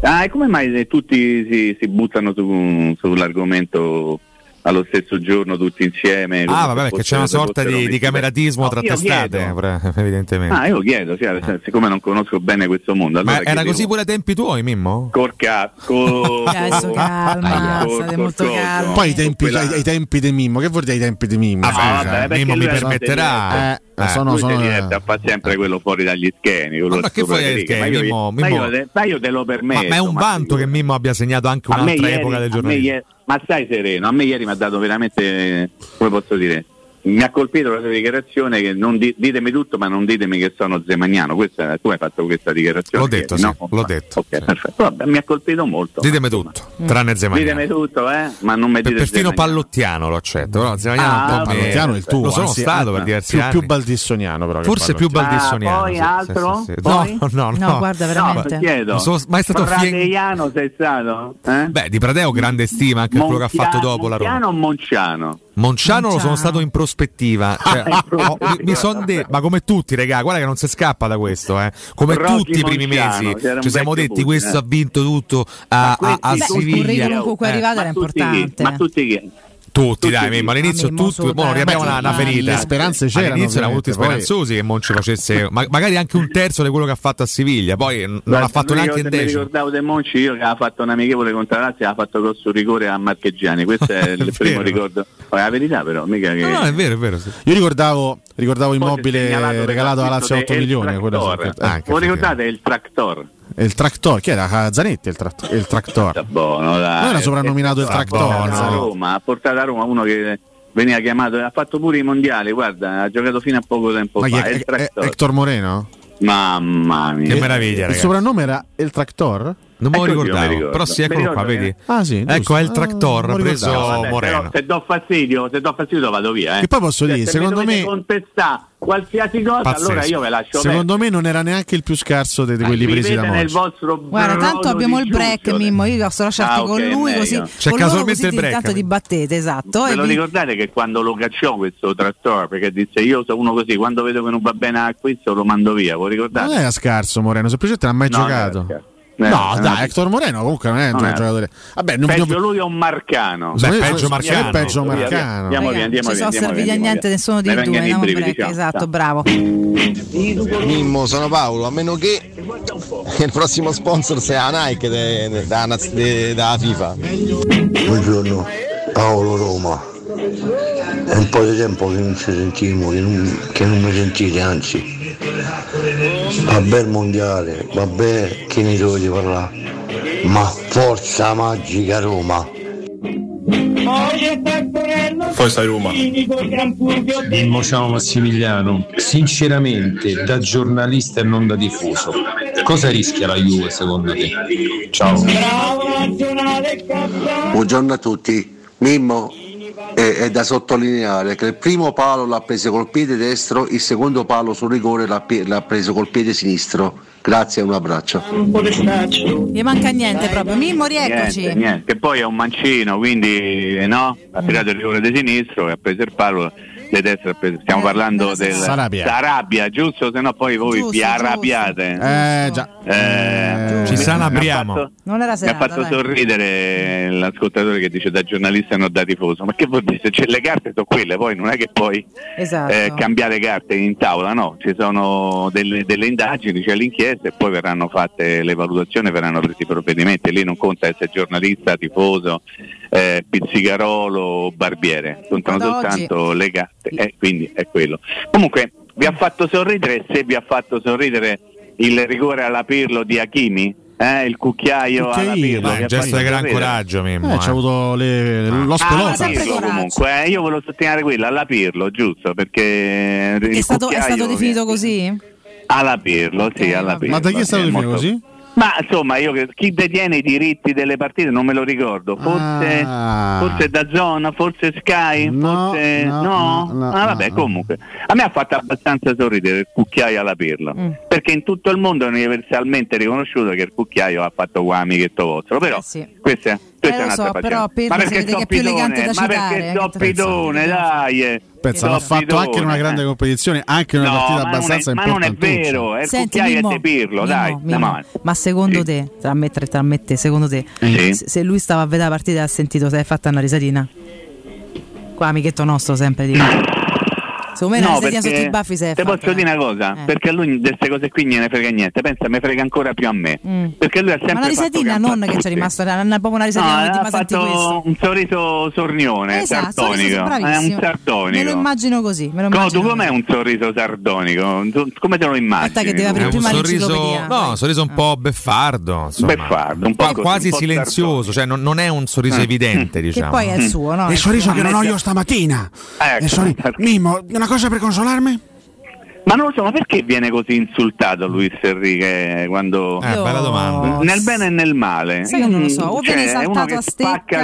S4: Ah, e come mai se tutti si, si buttano su- sull'argomento allo stesso giorno tutti insieme? come
S6: Ah,
S4: se
S6: vabbè, perché
S4: fosse-
S6: c'è una
S4: se
S6: sorta
S4: fossero
S6: di, di
S4: visti-
S6: cameratismo
S4: No,
S6: tra
S4: io
S6: testate,
S4: chiedo.
S6: eh, evidentemente.
S4: Ah, io chiedo, sì, adesso, siccome non conosco bene questo mondo, allora
S6: Eh. Ma era
S4: chiedevo-
S6: così pure ai tempi tuoi, Mimmo?
S4: Corca, co-
S3: Adesso calma,
S4: co-
S3: state
S4: co-
S3: molto
S4: co-
S3: calmi.
S7: Poi i tempi,
S4: Quella-
S7: ai, ai tempi di Mimmo, che vuol dire i tempi di Mimmo?
S6: Eh, Ah,
S7: scusa?
S4: vabbè, perché
S6: Mimmo mi
S4: lui era
S6: permetterà.
S7: Eh, ma
S6: Eh.
S7: sono-
S4: lui
S7: sono-
S4: si diverte a fare sempre quello fuori dagli schemi, quello
S6: Ma perché
S4: sopra
S6: fuori
S4: le
S6: dagli
S4: righe,
S6: schemi,
S4: ma io-
S6: Mimmo,
S4: ma io
S6: Mimmo?
S4: te- ma io te lo permetto.
S6: Ma, ma è un vanto che
S4: figurati.
S6: Mimmo abbia segnato anche
S4: A me
S6: un'altra
S4: ieri-
S6: epoca del
S4: a me
S6: giornalismo.
S4: ieri- ma stai sereno, a me ieri mi ha dato veramente, eh, come posso dire, mi ha colpito la tua dichiarazione che non di- ditemi tutto ma non ditemi che sono Zemagnano, questa, tu hai fatto questa dichiarazione.
S6: L'ho detto,
S4: ieri, Ah,
S6: sì, l'ho detto,
S4: Ok,
S6: sì.
S4: perfetto. Vabbè, mi ha colpito molto.
S6: Ditemi tutto, tranne Zemagnano.
S4: Ditemi tutto, eh, ma non mi
S6: Per-
S4: dite
S6: perfino
S4: Zemagnano.
S6: Pallottiano lo accetto, però Zemagnano
S4: Ah,
S6: è un po'
S4: vabbè.
S6: meno.
S7: Pallottiano è il tuo,
S6: Lo sono
S7: anzi,
S6: stato per
S7: eh,
S6: diversi
S7: più,
S6: anni.
S7: più baldissoniano, però. che
S6: Forse più
S7: Pallottiano.
S6: baldissoniano.
S4: Ah, poi
S6: sì, sì,
S4: altro?
S6: sì, sì.
S4: Poi?
S6: No, no, no.
S3: No, guarda,
S4: No,
S3: veramente.
S4: ti chiedo.
S6: Non sono mai stato fien-
S4: Pradeiano sei stato? Eh?
S6: Beh, di Pradeo grande stima anche per quello che ha fatto dopo la Roma.
S4: Montiano o Monciano?
S6: Monciano, lo sono
S3: Monciano.
S6: stato in prospettiva. Cioè,
S4: in prospettiva.
S6: ho- mi, sono detto, ma come tutti, regà, guarda che non si scappa da questo, eh. Come
S4: Rocky
S6: tutti i primi
S4: Monciano,
S6: mesi.
S4: c'era un
S6: Ci siamo
S4: vecchio
S6: detti,
S4: Putin,
S6: questo
S4: eh.
S6: ha vinto tutto a,
S4: Ma
S6: a, a
S4: questi-
S3: Beh, il
S6: Siviglia.
S3: curriculum con cui è
S6: Eh,
S3: arrivato era
S4: ma tutti chi?
S3: importante.
S4: Ma tutti chi?
S6: Tutti,
S4: tutti
S6: dai,
S4: chi?
S6: Mimmo, all'inizio
S3: Ah, Mimmo,
S6: tutti, mo non
S3: assolutamente.
S6: riabbiamo una, una
S3: Giovanni.
S6: ferita.
S7: Le speranze c'erano,
S6: All'inizio erano tutti
S7: ovviamente,
S6: speranzosi che Monci facesse ma- magari anche un terzo di quello che ha fatto a Siviglia, poi n- non
S4: Guarda,
S6: ha fatto
S4: l'unico
S6: neanche il
S4: che mi
S6: decimo.
S4: ricordavo De Monci io che ha fatto un amichevole contro la Lazio e ha fatto gol sul rigore a Marcheggiani questo è
S6: È
S4: il primo
S6: vero.
S4: ricordo Poi la verità però mica che
S6: No, no, è vero, è vero. sì.
S7: Io ricordavo, ricordavo
S4: Poi si è segnalato
S7: immobile
S4: per
S7: regalato alla
S4: l'acquisto
S7: Lazio 8
S4: del
S7: milioni. quello
S4: Tractor.
S7: sì, che-
S6: Ah,
S7: anche,
S4: Voi ricordate il Tractor?
S7: E il tractor, chi era? Ah, Zanetti il, trat- il tractor.
S4: Sta buono, dai.
S7: Non era soprannominato il
S4: Sta
S7: Tractor,
S4: buono,
S7: no?
S4: a Roma, ha portato a Roma uno che veniva chiamato ha fatto pure i mondiali guarda ha giocato fino a poco tempo
S7: eh, Ma chi
S4: fa
S7: è,
S4: il
S7: è- è-
S4: Tractor
S7: Hector Moreno?
S4: mamma mia
S6: Che meraviglia,
S7: Il
S6: ragazzi.
S7: soprannome era il tractor?
S6: Non me lo
S4: Eh, Ecco io, mi
S6: ricordavo,
S4: ricordo.
S6: però sì,
S4: Mi
S6: eccolo qua,
S4: ricordo che-
S6: vedi?
S7: Ah, sì, giusto.
S6: Ecco, è il
S7: Ah,
S6: tractor
S7: non mi
S6: preso
S7: ricordavo.
S4: Vabbè,
S6: Moreno.
S4: però se do fastidio, se do fastidio vado via. Eh.
S7: Che poi posso
S4: Cioè,
S7: dire,
S4: se
S7: secondo
S4: mi dovete
S7: me-
S4: contestare qualsiasi cosa,
S6: Pazzesco.
S4: allora io ve lascio
S7: Secondo me non era neanche il più scarso di, di
S4: perdere.
S7: quelli
S4: Mi
S7: presi da
S4: vede nel
S7: Monci.
S4: vostro
S3: Guarda, tanto
S4: brodo
S3: abbiamo
S4: di
S3: il break,
S4: giugno.
S3: Mimmo. Io posso lasciarti
S4: Ah,
S3: con
S4: ok,
S3: lui
S4: meglio.
S3: così.
S6: C'è
S3: con loro
S6: casualmente
S3: così
S6: il break,
S3: Intanto
S6: Mimmo.
S3: dibattete, esatto.
S4: Ve
S3: e
S4: lo
S3: vi-
S4: ricordate che quando lo cacciò questo trattore, perché disse io sono uno così, quando vedo che non va bene a questo lo mando via, voi ricordate?
S7: Non era scarso Moreno, semplicemente non ha mai
S4: No, non era
S7: giocato.
S4: scherzo.
S7: No, dai, Hector Moreno comunque non è un
S4: Non è.
S7: giocatore. Vabbè, non
S4: Peggio
S7: non-
S4: lui è un marcano.
S6: Beh,
S7: Secondo me-
S6: peggio
S7: secondo me
S6: Marcano.
S7: è peggio
S4: Via, via.
S7: Marcano.
S4: Andiamo
S3: Ragazzi,
S4: via, andiamo
S3: non
S4: via,
S3: ci sono
S4: andiamo
S3: serviti
S4: via,
S3: a
S4: andiamo
S3: niente
S4: via.
S3: nessuno
S4: Ne
S3: dei due.
S4: vengono i
S3: Andiamo in
S4: brividi,
S3: break,
S4: ciao.
S3: esatto,
S4: Ciao.
S3: bravo.
S11: Mimmo, sono Paolo, a meno che il prossimo sponsor sia la Nike de- de- da, naz- de- da FIFA.
S12: Buongiorno, Paolo Roma. È un po' di tempo che non ci sentiamo, che non, che non mi sentite, anzi. Vabbè il mondiale, vabbè che ne dovete parlare. Ma forza magica Roma!
S13: Forza Roma.
S11: Mimmo, ciao Massimiliano. Sinceramente, da giornalista e non da diffuso, cosa rischia la Juve secondo te? Ciao.
S12: Buongiorno a tutti. Mimmo, è, è da sottolineare che il primo palo l'ha preso col piede destro, il secondo palo sul rigore l'ha, pie- l'ha preso col piede sinistro. Grazie e un abbraccio.
S3: Gli manca niente proprio. Mimmo, rieccoci.
S4: Niente, niente. Che poi è un mancino, quindi eh, no?
S3: Mm.
S4: Ha tirato il rigore di sinistro e ha preso il palo di destra. ha preso- Stiamo
S3: Eh,
S4: parlando
S3: eh,
S4: del
S7: Sarabia.
S4: Sarabia, giusto? Se no poi voi
S3: Giusto,
S4: vi
S3: giusto.
S4: arrabbiate.
S7: Eh già.
S4: Eh,
S6: Ci
S4: mi-
S6: salabriamo.
S4: mi ha fatto-
S3: Non era
S4: Mi ha
S3: serata,
S4: fatto
S3: dai.
S4: sorridere l'ascoltatore che dice da giornalista non da tifoso, ma che vuol dire? Se c'è le carte sono quelle, poi non è che puoi
S3: Esatto.
S4: eh, cambiare carte in tavola, no, ci sono delle, delle indagini, c'è l'inchiesta e poi verranno fatte le valutazioni, verranno presi i provvedimenti, lì non conta essere giornalista, tifoso, eh, pizzicarolo o barbiere, contano
S3: Ad oggi-
S4: soltanto le carte, eh, quindi è quello. Comunque vi ha fatto sorridere, se vi ha fatto sorridere il rigore alla Pirlo di Hakimi, eh, il cucchiaio alla
S7: Cucchiaino,
S4: Pirlo.
S6: Beh,
S4: vi
S6: un
S4: ha
S6: gesto
S4: fatto
S6: di gran
S4: sorridere?
S6: coraggio, Mimmo.
S7: Eh,
S6: eh.
S7: c'ha avuto le, lo
S4: Ah,
S3: Ma
S7: spelotto.
S3: sempre
S4: Pirlo
S3: coraggio.
S4: comunque, eh, io volevo sottolineare quello, alla Pirlo, giusto, perché... il
S3: Che è stato, è
S4: cucchiaio
S3: stato
S4: viene-
S3: definito così?
S4: alla Pirlo, sì,
S3: Eh,
S4: alla
S3: vabbè.
S4: Pirlo.
S7: Ma da chi è stato
S4: Sì,
S7: definito
S4: molto-
S7: così?
S4: Ma insomma, io credo, chi detiene i diritti delle partite non me lo ricordo. Forse,
S7: Ah.
S4: forse da zona, forse Sky,
S7: No,
S4: forse
S7: no,
S4: no.
S7: no, no,
S4: ah, vabbè,
S7: no.
S4: comunque. A me ha fatto abbastanza sorridere il cucchiaio alla Pirlo,
S3: Mm.
S4: perché in tutto il mondo è universalmente riconosciuto che il cucchiaio ha fatto qua amichetto vostro, però
S3: Eh sì.
S4: questa è questa
S3: Eh,
S4: è
S3: lo so,
S4: un'altra
S3: però
S4: pagina.
S3: Pirlo
S4: Ma
S3: si
S4: perché
S3: vede che è più
S4: zoppidone?
S3: elegante da
S4: Ma
S3: citare,
S4: perché
S3: eh,
S4: zoppidone,
S3: che
S4: dai. eh.
S7: Pensa, l'ha fatto
S4: Zoppidone,
S7: anche in una grande
S4: eh.
S7: competizione, anche in una
S4: No,
S7: partita
S4: ma non è-
S7: abbastanza
S4: ma non è
S7: importante.
S4: vero, è il
S3: Senti,
S4: cucchiaio
S3: Mimmo,
S4: e te Eh, Pirlo,
S3: Mimmo,
S4: dai,
S3: Mimmo,
S4: andiamo avanti.
S3: ma secondo
S4: Sì.
S3: te, tra me e tra, tra me e te, secondo te,
S4: Sì.
S3: se- se lui stava a vedere la partita e ha sentito se è fatta una risatina? Qua amichetto nostro sempre di Secondo me una risatina sotto i baffi se è
S4: te
S3: fatta,
S4: posso
S3: eh.
S4: dire una cosa,
S3: Eh.
S4: perché a lui di queste cose qui gliene frega niente, pensa, me frega ancora più a me.
S3: Mm.
S4: Perché lui ha sempre
S3: Ma una
S4: fatto
S3: risatina
S4: campo a
S3: non che ci
S4: tutti.
S3: è rimasta, una- una- proprio una
S4: No,
S3: risatina, non ti
S4: ha
S3: ma senti
S4: fatto
S3: questo.
S4: un sorriso sornione,
S3: Esatto,
S4: sardonico.
S3: sono
S4: È un
S3: bravissimo.
S4: sardonico.
S3: Me lo immagino così, me lo
S4: Co,
S3: immagino
S4: tu com'è
S3: così.
S4: un sorriso sardonico? Tu- Come te lo immagini?
S3: Aspetta che deve aprire
S6: È Eh, un
S3: prima
S6: sorriso,
S3: l'enciclopedia, Ah.
S6: no,
S3: vai.
S6: un sorriso un po' beffardo, insomma.
S4: Beffardo, un po'
S6: Qua-
S4: così,
S6: quasi
S4: un po' Ah. Mm.
S6: silenzioso, cioè non, non è un sorriso evidente,
S3: Che
S6: diciamo.
S3: poi è il suo, no?
S5: E il sorriso che non ho
S4: mezzo-
S5: io stamattina.
S4: Ecco,
S5: E il sorri-
S4: ecco.
S5: Mimmo, una cosa per consolarmi?
S4: Ma non lo so, ma perché viene così insultato Luis Enrique quando...
S6: Eh, bella domanda.
S3: Io-
S4: Nel bene e nel male.
S3: oh, Sai che non lo so, o
S4: Cioè,
S3: viene
S4: è uno
S3: saltato
S4: che
S3: a stecca.
S4: spacca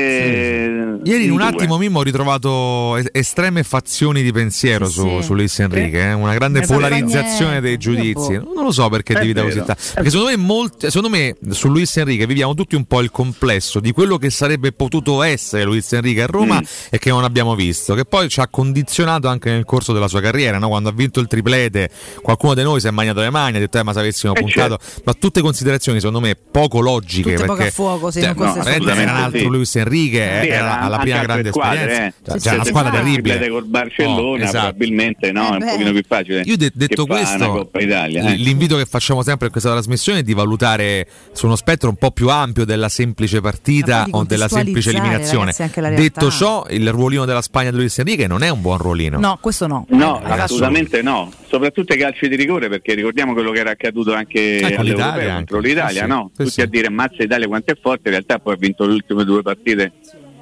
S4: veramente...
S6: Ieri in un
S4: due.
S6: attimo Mimmo ho ritrovato es- estreme fazioni di pensiero
S3: Sì,
S6: su,
S3: sì.
S6: su Luis Enrique, eh, una grande
S3: Non sa
S6: polarizzazione
S3: fare niente.
S6: dei giudizi.
S3: Io boh. Eh,
S6: Non lo so perché
S4: È
S6: divida
S4: vero.
S6: così tanto. Perché secondo me, molti- secondo me su Luis Enrique viviamo tutti un po' il complesso di quello che sarebbe potuto essere Luis Enrique a Roma
S4: Mm.
S6: e che non abbiamo visto, che poi ci ha condizionato anche nel corso della sua carriera, no? quando ha vinto il triplete qualcuno di noi si è magnato le mani, ha detto eh, ma se avessimo
S4: Eh,
S6: puntato, ma tutte considerazioni secondo me poco logiche.
S3: Tutte poco
S6: perché,
S3: a fuoco, sì,
S6: cioè,
S3: non
S6: no,
S3: costa
S6: veramente era un
S4: assolutamente
S6: altro
S4: sì.
S6: Luis Enrique, eh,
S4: Sì,
S6: era alla
S4: anche
S6: prima
S4: altre
S6: grande
S4: squadre,
S6: esperienza.
S4: eh.
S3: Sì,
S6: Cioè, c'era
S3: sì,
S6: una
S3: sì.
S6: squadra
S3: Ah,
S6: terribile.
S4: col Barcellona
S6: Oh, esatto.
S4: probabilmente no,
S3: Eh,
S4: è
S3: beh.
S4: un pochino più facile.
S6: Io de- detto
S4: che fa
S6: questo,
S4: una Coppa Italia. eh.
S6: l- l'invito che facciamo sempre in questa trasmissione è di valutare su uno spettro un po' più ampio della semplice
S3: Ma
S6: partita
S3: poi di
S6: o della semplice
S3: contestualizzare,
S6: eliminazione.
S3: ragazzi, anche la realtà.
S6: detto ciò, il ruolino della Spagna di Luis Enrique non è un buon ruolino.
S3: No, questo no.
S4: No,
S6: ragazzi,
S4: Eh, assolutamente no, soprattutto i calci di rigore perché ricordiamo quello che era accaduto anche
S7: Ah,
S6: Eh, con l'Italia
S4: all'Europeo,
S6: anche.
S4: contro l'Italia,
S7: Eh,
S6: Sì, sì.
S4: no?
S6: Sì,
S4: Tutti
S6: sì.
S4: a dire mazza Italia quanto è forte, in realtà poi ha vinto le ultime due partite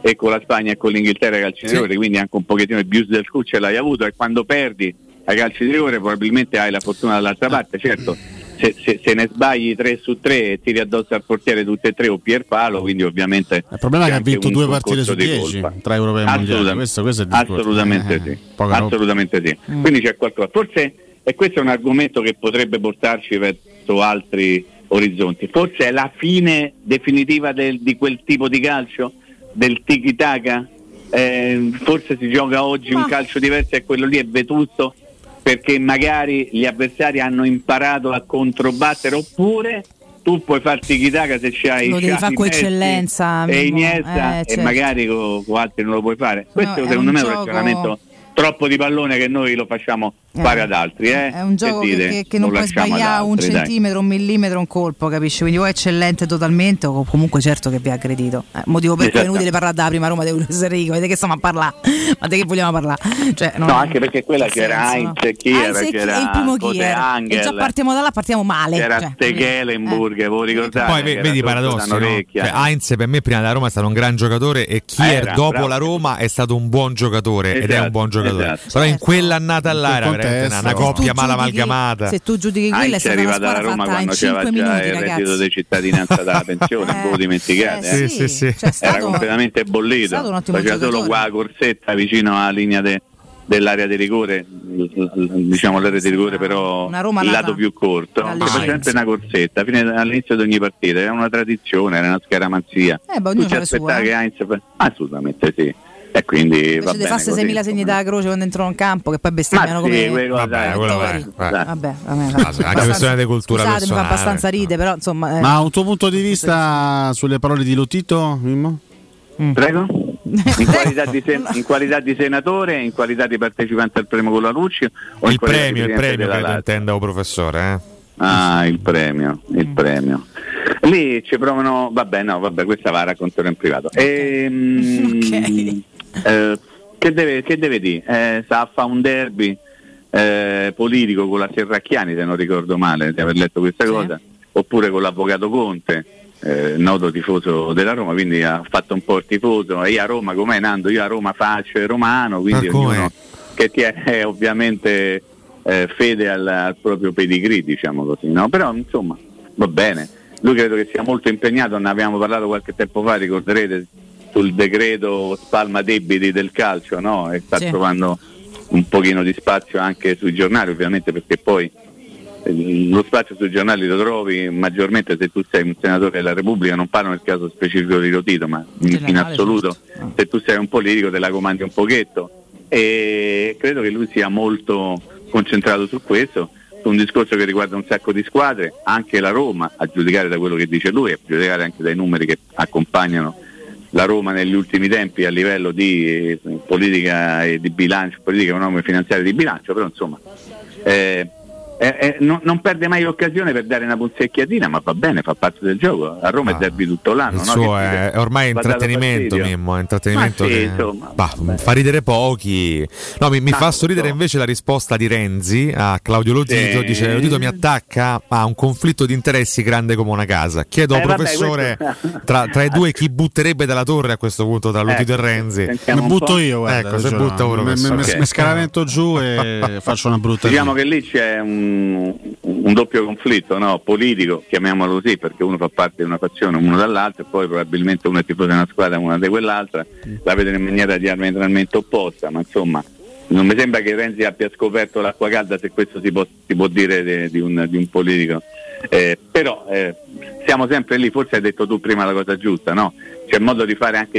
S4: e con la Spagna e con l'Inghilterra ai calci di
S6: Sì.
S4: rigore, quindi anche un pochettino il bius del culo ce l'hai avuto e quando perdi ai calci di rigore probabilmente hai la fortuna
S7: Ah.
S4: dall'altra parte, certo. Se, se- se ne sbagli 3 su 3 e tiri addosso al portiere tutte e tre o Pierpalo, quindi ovviamente
S7: Il
S4: c'è
S7: problema è che ha
S4: anche
S7: vinto
S4: un
S7: due partite
S4: concorso
S7: su
S4: di
S7: 10
S4: colpa.
S7: tra europei e mondiali.
S4: Assolutamente,
S7: Questo, questo è il discorso.
S4: assolutamente
S7: Eh,
S4: sì.
S7: poca roba.
S4: Assolutamente sì.
S3: Mm.
S4: Quindi c'è qualcosa. Forse e questo è un argomento che potrebbe portarci verso altri orizzonti. Forse è la fine definitiva del- di quel tipo di calcio, del tiki taka. forse si gioca oggi
S3: Ma-
S4: un calcio diverso e quello lì è vetusto perché magari gli avversari hanno imparato a controbattere oppure tu puoi farti Chitaca se c'hai
S3: Lo devi
S4: Xavi,
S3: fare con
S4: Messi
S3: eccellenza,
S4: e
S3: Mimmo.
S4: Iniesta
S3: Eh,
S4: e
S3: certo.
S4: magari con, con altri non lo puoi fare. Questo
S3: è
S4: secondo
S3: un
S4: me è
S3: gioco-
S4: un ragionamento troppo di pallone che noi lo facciamo fare ad altri. eh.
S3: È un gioco
S4: Che
S3: che,
S4: dite?
S3: che- che non
S4: Lo
S3: puoi
S4: lasciamo ad
S3: sbagliare un
S4: altri, dai.
S3: centimetro, un millimetro, un colpo, capisci? Quindi o è eccellente totalmente o comunque certo che vi ha aggredito. Eh, motivo per cui è
S4: Esatto.
S3: inutile parlare della prima Roma di Luis Enrico, vedete che stiamo a parlare, ma di che vogliamo parlare? Cioè, non-
S4: No, anche perché quella c'era Heinz, Kier,
S3: Heinz e chi-
S4: c'era
S3: e il primo chi
S4: Bote
S3: era? E già
S4: Angel,
S3: partiamo da là, partiamo male.
S4: c'era
S3: cioè.
S4: Stekelenburg, voi ricordate?
S6: Poi ve-
S4: Che era
S6: vedi i
S4: tutto
S6: paradossi, no?
S4: d'Anorecchia.
S6: Cioè, Heinz per me prima della Roma è stato un gran giocatore e Kier
S4: Eh, Era,
S6: dopo
S4: bravo.
S6: la Roma è stato un buon giocatore ed è
S4: Esatto,
S6: un buon giocatore.
S4: esatto.
S3: Certo.
S6: Però in quell'annata là era veramente una, una
S4: contesto.
S6: coppia
S4: Se tu
S6: mala
S4: giudichi-
S6: amalgamata.
S3: Se tu giudichi quella è
S4: Heinz è
S3: stata una
S4: arrivata alla
S3: squadra
S4: Roma
S3: fatta in
S4: quando
S3: 5
S4: c'era già
S3: minuti,
S4: il
S3: ragazzi.
S4: reddito di cittadinanza dalla pensione, non ve lo dimenticate.
S3: eh,
S4: eh.
S3: sì, sì, sì. cioè, è
S4: Era
S3: stato-
S4: completamente bollito,
S3: stato un ottimo
S4: faceva solo
S3: giocatore.
S4: qua a corsetta vicino alla linea de- dell'area di rigore, l- l- diciamo l'area di rigore però
S3: una Roma
S4: il
S3: nata
S4: lato più corto,
S3: dalle
S4: faceva
S3: ceneri.
S4: sempre una corsetta fino all'inizio di ogni partita, era una tradizione, era una scaramanzia.
S3: Eh, beh, ognuno
S4: tu ci
S3: c'ha le sue,
S4: aspettavi
S3: eh.
S4: che Heinz... Assolutamente sì. E quindi va
S3: Invece di
S4: bene
S3: farsi
S4: così.
S3: 6.000 segni da croce quando entrano in campo, che poi bestemmiano
S4: Sì,
S3: come.
S4: quelle cose, eh,
S3: Vabbè, vabbè,
S7: Ah, sì, anche questione di cultura
S3: Scusate, mi fa
S7: personale.
S3: abbastanza ride, però insomma. eh,
S7: Ma un tuo punto di vista sulle parole di Lotito, Mimmo?
S4: eh. Prego? in qualità, di sen- in qualità di senatore, in qualità di partecipante al premio con la luce o in
S6: Il
S4: qualità di
S6: premio,
S4: presidente
S6: il premio
S4: della
S6: credo
S4: Lazio?
S6: intenda o professore. eh.
S4: Ah, il premio, il premio. Lì ci provano, vabbè no, vabbè, questa va racconterò in privato. Ehm, eh, che, deve, che deve dire? Eh, sta a fa un derby eh, politico con la Serracchiani, se non ricordo male di aver letto questa cosa, oppure con l'avvocato Conte, eh, noto tifoso della Roma, quindi ha fatto un po' il tifoso, e io a Roma com'è Nando? Io a Roma faccio il romano, quindi ognuno che ti è ovviamente eh, fede al, al proprio pedigree, diciamo così, no? Però insomma va bene. Lui credo che sia molto impegnato, ne abbiamo parlato qualche tempo fa, ricorderete, sul decreto spalma debiti del calcio, no? E sta
S14: Sì.
S4: trovando un pochino di spazio anche sui giornali, ovviamente, perché poi eh, lo spazio sui giornali lo trovi maggiormente se tu sei un senatore della Repubblica, non parlo nel caso specifico di Rotito, ma in, in
S15: generale,
S4: assoluto, se tu sei un politico te la comandi un pochetto e credo che lui sia molto concentrato su questo, su un discorso che riguarda un sacco di squadre, anche la Roma, a giudicare da quello che dice lui e a giudicare anche dai numeri che accompagnano la Roma negli ultimi tempi a livello di eh, politica e di bilancio, politica economica e finanziaria di bilancio, però insomma eh, eh, eh, non, non perde mai l'occasione per dare una punzecchiatina, ma va bene, fa parte del gioco. A Roma è derby tutto l'anno.
S6: Il
S4: no?
S6: suo
S4: Che
S6: è,
S4: dire?
S6: è
S4: Va
S6: ormai
S4: dato
S6: intrattenimento,
S4: fastidio.
S6: Mimmo. È intrattenimento
S4: Ma sì,
S6: che-
S4: insomma,
S6: bah, fa ridere pochi. No, mi, mi fa sorridere invece la risposta di Renzi a Claudio Lodito.
S4: Sì.
S6: Dice: Lodito mi attacca a un conflitto di interessi grande come una casa. Chiedo
S4: Eh,
S6: al
S4: vabbè,
S6: professore
S4: questo-
S6: tra, tra i due chi butterebbe dalla torre a questo punto, tra Lodito e
S7: Eh,
S4: Ecco,
S6: Renzi.
S7: Mi butto io, guarda.
S6: Ecco, se
S7: ragiona.
S6: butta ora.
S7: Mi- mi- mi-
S6: professore.
S7: mi scaravento giù e faccio una brutta.
S4: Diciamo che lì c'è un, un doppio conflitto no? politico, chiamiamolo così, perché uno fa parte di una fazione, uno dall'altra, e poi probabilmente uno è tifoso di una squadra, uno di quell'altra,
S6: Mm.
S4: la vedono in maniera diametralmente opposta, ma insomma non mi sembra che Renzi abbia scoperto l'acqua calda, se questo si può, si può dire de- di un, di un politico. Eh, però eh, siamo sempre lì, forse hai detto tu prima la cosa giusta, no? C'è modo di fare anche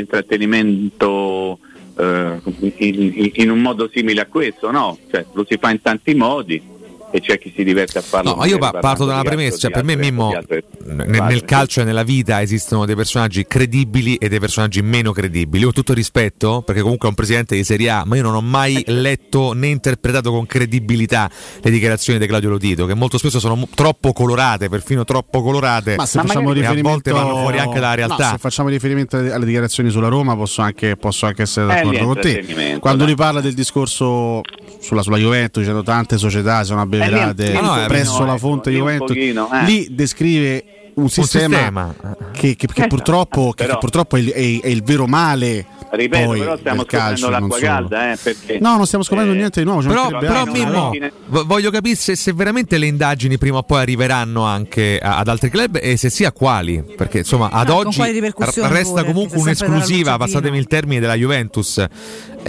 S4: intrattenimento eh, in, in- in un modo simile a questo, no? Cioè, lo si fa in tanti modi e c'è chi si diverte a farlo.
S6: No, ma io
S4: magari
S6: pa- parto da una
S4: parlando di
S6: premessa, cioè
S4: altro,
S6: per
S4: di altre-
S6: me Mimmo
S4: di altre-
S6: ne- nel, calcio e nella vita esistono dei personaggi credibili e dei personaggi meno credibili. Io Con tutto rispetto, perché comunque è un presidente di Serie A, ma io non ho mai
S4: Eh.
S6: letto né interpretato con credibilità le dichiarazioni di Claudio Lotito, che molto spesso sono mo- troppo colorate, perfino troppo colorate.
S7: Ma se facciamo
S6: e Eh, a
S7: riferimento
S6: volte vanno fuori anche dalla
S7: No,
S6: realtà.
S7: se facciamo riferimento alle alle dichiarazioni sulla Roma, posso anche, posso anche essere
S6: Eh,
S7: d'accordo
S6: lì è
S7: con te.
S6: intrattenimento,
S7: Quando lui parla del discorso sulla, sulla Juventus, dicendo tante società sono
S4: Eh,
S7: abbeverate
S6: lì un- lì un pochino,
S7: presso la fonte
S6: lì un
S7: Juventus,
S6: pochino, eh.
S7: lì descrive un sistema,
S6: sistema.
S7: che, che- che
S4: Eh,
S7: purtroppo, che- che
S4: però-
S7: purtroppo è, il, è- è il vero male.
S4: Ripeto,
S7: poi,
S4: però stiamo
S7: del calcio,
S4: scoprendo l'acqua
S7: non solo. Mm,
S4: calda, eh, perché
S7: No, non stiamo scoprendo niente di nuovo. ci
S6: Però,
S7: mancherebbe
S6: però,
S7: altro.
S6: Mimmo,
S7: eh.
S6: vo- voglio capire se, se veramente le indagini prima o poi arriveranno anche a- ad altri club e se sì a quali, perché insomma ad
S3: No, con
S6: oggi
S3: quali ripercussioni
S6: r- resta
S3: pure,
S6: comunque
S3: perché sempre
S6: un'esclusiva,
S3: dalla luce
S6: passatemi il termine, della Juventus.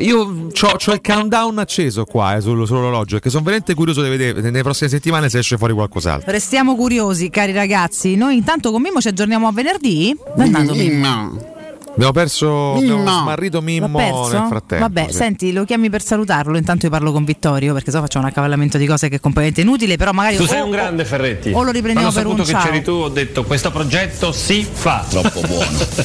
S6: Io ho il countdown acceso qua eh, sul- sull'orologio perché sono veramente curioso di vedere nelle prossime settimane se esce fuori qualcos'altro.
S3: Restiamo
S7: mm,
S3: curiosi, cari ragazzi. Noi intanto con Mimmo ci aggiorniamo a venerdì. Dannando Mimmo.
S6: Abbiamo perso, abbiamo
S3: Mimmo.
S6: smarrito Mimmo
S3: L'ho perso?
S6: nel frattempo.
S3: Vabbè,
S6: sì.
S3: senti, lo chiami per salutarlo. Intanto io parlo con Vittorio perché so faccio un accavallamento di cose che è completamente inutile. Però magari.
S14: Tu sei
S3: o-
S14: un grande Ferretti.
S3: o lo riprendiamo
S14: Quando ho
S3: per un
S14: saputo che
S3: ciao.
S14: c'eri tu, ho detto questo progetto si fa.
S3: Troppo
S14: buono.